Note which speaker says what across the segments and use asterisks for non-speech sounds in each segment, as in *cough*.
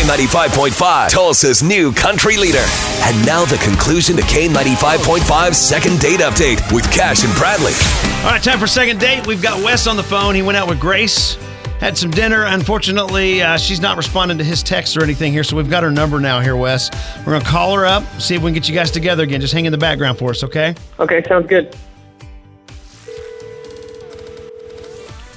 Speaker 1: K95.5, Tulsa's new country leader. And now the conclusion to K95.5's second date update with Cash and Bradley.
Speaker 2: All right, time for second date. We've got Wes on the phone. He went out with Grace, had some dinner. Unfortunately, uh, she's not responding to his text or anything here, so we've got her number now here, Wes. We're going to call her up, see if we can get you guys together again. Just hang in the background for us, okay?
Speaker 3: Okay, sounds good.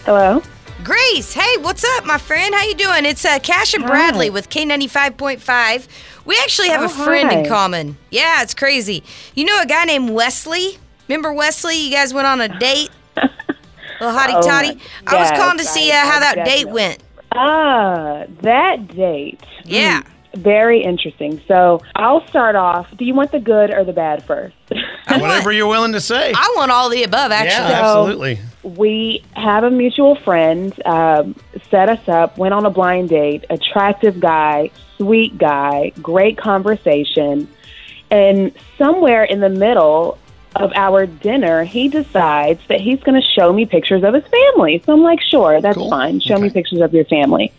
Speaker 4: Hello.
Speaker 5: Grace, hey, what's up, my friend? How you doing? It's uh, Cash and Bradley with K95.5. We actually have
Speaker 4: Oh,
Speaker 5: a friend in
Speaker 4: hi.
Speaker 5: common. Yeah, it's crazy. You know a guy named Wesley? Remember Wesley? You guys went on a date? Little hottie
Speaker 4: Oh,
Speaker 5: toddy. I was
Speaker 4: yes,
Speaker 5: calling to see uh,
Speaker 4: I-
Speaker 5: how
Speaker 4: I
Speaker 5: that date
Speaker 4: definitely-
Speaker 5: went.
Speaker 4: Ah, that date.
Speaker 5: Yeah.
Speaker 4: Hmm, Very interesting. So I'll start off. Do you want the good or the bad first? *laughs*
Speaker 2: Whatever you're willing to say.
Speaker 5: I want all the above,
Speaker 2: yeah,
Speaker 5: actually.
Speaker 2: absolutely.
Speaker 4: we have a mutual friend um, set us up, went on a blind date, attractive guy, sweet guy, great conversation. And somewhere in the middle of our dinner, he decides that he's going to show me pictures of his family. So I'm like, sure, that's
Speaker 2: Cool.
Speaker 4: fine. Show me
Speaker 2: Okay.
Speaker 4: pictures of your family.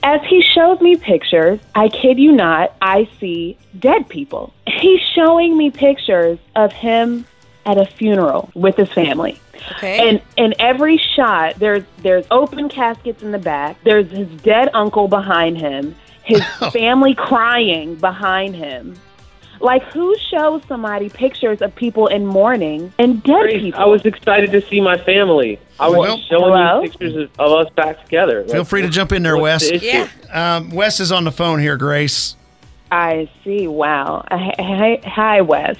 Speaker 4: As he shows me pictures, I kid you not, I see dead people. He's showing me pictures of him at a funeral with his family.
Speaker 5: Okay.
Speaker 4: And in every shot, there's there's open caskets in the back. There's his dead uncle behind him.
Speaker 3: *laughs*
Speaker 4: His family crying behind him. Like who shows somebody pictures of people in mourning and dead
Speaker 3: Great.
Speaker 4: people?
Speaker 3: I was excited to see my family. I was
Speaker 2: Well-
Speaker 3: just showing
Speaker 4: Hello?
Speaker 3: you pictures of, of us back together.
Speaker 2: Feel free to jump in there,
Speaker 3: What's
Speaker 2: Wes.
Speaker 3: the issue?
Speaker 5: yeah.
Speaker 2: Um, Wes is on the phone here, Grace.
Speaker 4: I see. Wow. Hi, hi Wes.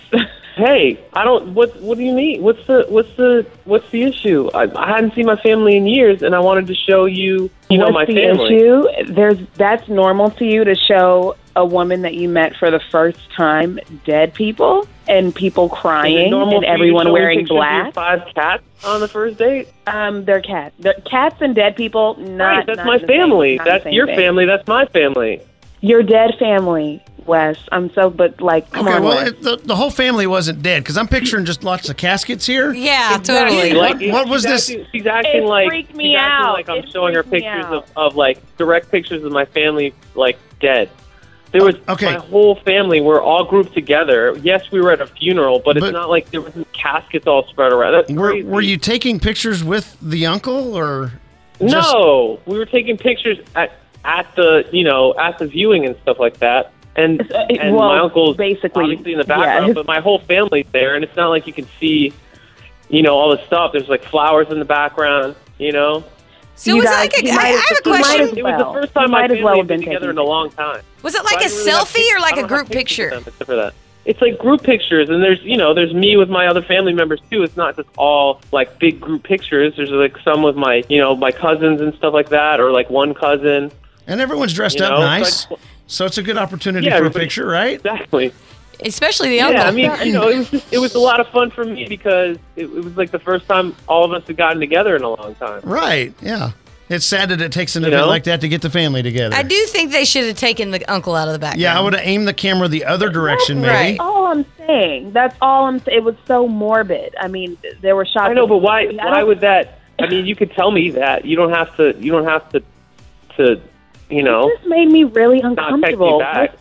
Speaker 3: Hey, I don't. What What do you mean? What's the What's the What's the issue? I, I hadn't seen my family in years, and I wanted to show you, *laughs* you know,
Speaker 4: What's
Speaker 3: my
Speaker 4: the
Speaker 3: family.
Speaker 4: issue? There's that's normal to you to show a woman that you met for the first time dead people and people
Speaker 3: Is it
Speaker 4: crying
Speaker 3: normal
Speaker 4: and
Speaker 3: for you to show
Speaker 4: everyone
Speaker 3: me
Speaker 4: wearing
Speaker 3: pictures of your
Speaker 4: black.
Speaker 3: Five cats on the first date.
Speaker 4: Um, they're cats. They're cats and dead people. Not
Speaker 3: right, that's
Speaker 4: not
Speaker 3: my
Speaker 4: in the same-
Speaker 3: family.
Speaker 4: not in the
Speaker 3: that's
Speaker 4: same
Speaker 3: your
Speaker 4: thing.
Speaker 3: family. That's my family.
Speaker 4: Your dead family, Wes. I'm so, but like, come
Speaker 2: Okay,
Speaker 4: on,
Speaker 2: well,
Speaker 4: Wes.
Speaker 2: it, the, the whole family wasn't dead because I'm picturing just lots of caskets here.
Speaker 5: yeah,
Speaker 4: Exactly.
Speaker 5: totally.
Speaker 2: What-
Speaker 3: it-
Speaker 2: what was
Speaker 3: she's
Speaker 2: this-
Speaker 3: Acting, she's acting
Speaker 4: It
Speaker 3: like
Speaker 4: freaked me
Speaker 3: she's
Speaker 4: out.
Speaker 3: Acting like I'm
Speaker 4: It
Speaker 3: showing her
Speaker 4: freaked me
Speaker 3: pictures of,
Speaker 4: out.
Speaker 3: of like direct pictures of my family like dead. There was
Speaker 2: Okay.
Speaker 3: my whole family. We're all grouped together. Yes, we were at a funeral, but,
Speaker 2: But-
Speaker 3: it's not like there was caskets all spread around. That's
Speaker 2: Were,
Speaker 3: crazy.
Speaker 2: were you taking pictures with the uncle or? just-
Speaker 3: No, we were taking pictures at at the you know at the viewing and stuff like that. And,
Speaker 4: Uh, it-
Speaker 3: and
Speaker 4: well,
Speaker 3: my uncle's
Speaker 4: basically,
Speaker 3: obviously in the
Speaker 4: yeah,
Speaker 3: background,
Speaker 4: his-
Speaker 3: but my whole family's there, and it's not like you can see, you know, all the stuff. There's like flowers in the background, you know.
Speaker 5: So
Speaker 4: You
Speaker 5: was
Speaker 4: guys-
Speaker 5: it like a,
Speaker 4: you
Speaker 5: I,
Speaker 4: might
Speaker 5: I
Speaker 4: as-
Speaker 5: have a
Speaker 4: you might
Speaker 5: question.
Speaker 4: as
Speaker 3: It was
Speaker 4: well.
Speaker 3: the first time
Speaker 4: You
Speaker 3: my
Speaker 4: might as
Speaker 3: family
Speaker 4: well
Speaker 3: had
Speaker 4: have
Speaker 3: been
Speaker 4: been
Speaker 3: together
Speaker 4: taking
Speaker 3: in a long time.
Speaker 5: Was it like
Speaker 3: So I
Speaker 5: a
Speaker 3: didn't really have
Speaker 5: selfie
Speaker 3: pic-
Speaker 5: or like
Speaker 3: I
Speaker 5: a
Speaker 3: don't have
Speaker 5: group
Speaker 3: pictures of
Speaker 5: picture?
Speaker 3: them Except for that. It's like group pictures, and there's you know there's me with my other family members too. It's not just all like big group pictures. There's like some with my you know my cousins and stuff like that, or like one cousin.
Speaker 2: And everyone's dressed
Speaker 3: You
Speaker 2: up
Speaker 3: know,
Speaker 2: nice,
Speaker 3: it's like-
Speaker 2: so it's a good opportunity
Speaker 3: Yeah,
Speaker 2: for a
Speaker 3: everybody-
Speaker 2: picture, right?
Speaker 3: Exactly.
Speaker 5: Especially the uncle.
Speaker 3: Yeah, I mean you know it was just, it was a lot of fun for me because it, it was like the first time all of us had gotten together in a long time.
Speaker 2: Right. Yeah. It's sad that it takes an
Speaker 3: You
Speaker 2: event
Speaker 3: know?
Speaker 2: like that to get the family together.
Speaker 5: I do think they should have taken the uncle out of the background.
Speaker 2: Yeah, I would have aimed the camera the other direction, maybe.
Speaker 5: Right.
Speaker 4: all I'm saying. That's all I'm. saying. It was so morbid. I mean, th- there were shots.
Speaker 3: I know,
Speaker 4: of-
Speaker 3: but why
Speaker 4: I
Speaker 3: why
Speaker 4: don't-
Speaker 3: would that? I mean, you could tell me that. You don't have to. You don't have to to you know
Speaker 4: It just made me really
Speaker 3: not text me
Speaker 4: uncomfortable.
Speaker 3: back.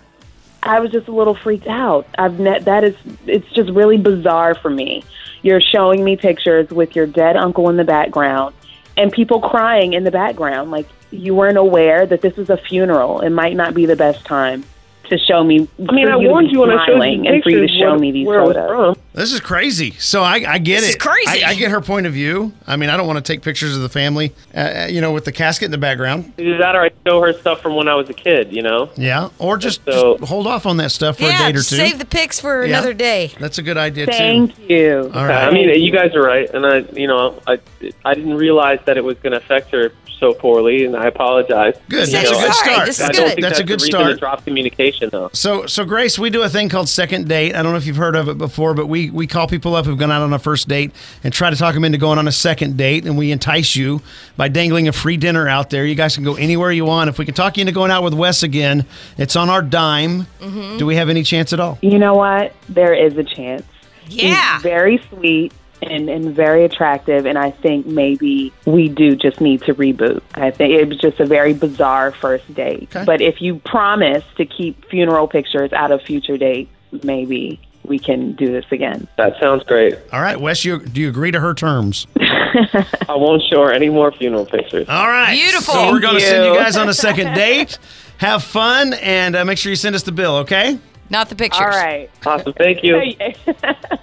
Speaker 4: I was just a little freaked out. I've ne- that is it's just really bizarre for me. You're showing me pictures with your dead uncle in the background and people crying in the background like you weren't aware that this was a funeral. It might not be the best time to show me
Speaker 3: I mean,
Speaker 4: for
Speaker 3: I
Speaker 4: you to
Speaker 3: warned
Speaker 4: be
Speaker 3: you when I showed you
Speaker 4: smiling and for you to
Speaker 3: pictures
Speaker 4: show
Speaker 3: what-
Speaker 4: me these
Speaker 3: where it was
Speaker 4: photos.
Speaker 3: from.
Speaker 2: This is crazy. So I, I get it.
Speaker 5: This is crazy.
Speaker 2: I, I get her point of view. I mean, I don't want to take pictures of the family, uh, uh, you know, with the casket in the background.
Speaker 3: Either that or I show her stuff from when I was a kid, you know?
Speaker 2: Yeah. Or just,
Speaker 3: So-
Speaker 2: just hold off on that stuff for a
Speaker 5: Yeah,
Speaker 2: date or two.
Speaker 5: just save the pics for
Speaker 2: Yeah.
Speaker 5: another day.
Speaker 2: That's a good idea, too.
Speaker 4: Thank you.
Speaker 2: All
Speaker 3: I
Speaker 2: right.
Speaker 3: mean, you guys are right. And I, you know, I, I didn't realize that it was going to affect her so poorly, and I apologize.
Speaker 2: Good.
Speaker 3: You
Speaker 2: That's a
Speaker 3: know,
Speaker 2: good
Speaker 5: Sorry,
Speaker 2: start.
Speaker 5: this is
Speaker 3: I, I
Speaker 5: good.
Speaker 3: don't think
Speaker 2: That's a good
Speaker 3: the reason to
Speaker 2: start.
Speaker 3: drop communication, though.
Speaker 2: So, so Grace, we do a thing called second date. I don't know if you've heard of it before, but we we call people up who've gone out on a first date and try to talk them into going on a second date, and we entice you by dangling a free dinner out there. You guys can go anywhere you want. If we can talk you into going out with Wes again, it's on our dime. Do we have any chance at all?
Speaker 4: You know what? There is a chance.
Speaker 5: Yeah.
Speaker 4: He's very sweet. and, and very attractive. And I think maybe we do just need to reboot. I think it was just a very bizarre first date.
Speaker 2: Okay.
Speaker 4: But if you promise to keep funeral pictures out of future dates, maybe we can do this again.
Speaker 3: That sounds great.
Speaker 2: All right, Wes, you, do you agree to her terms?
Speaker 3: I won't show her any more funeral pictures.
Speaker 2: All right.
Speaker 5: Beautiful.
Speaker 2: So we're going to
Speaker 4: Thank
Speaker 2: send you
Speaker 4: you.
Speaker 2: guys on a second date. Have fun and uh, make sure you send us the bill, okay?
Speaker 5: Not the pictures.
Speaker 4: All right.
Speaker 3: Awesome. Thank you.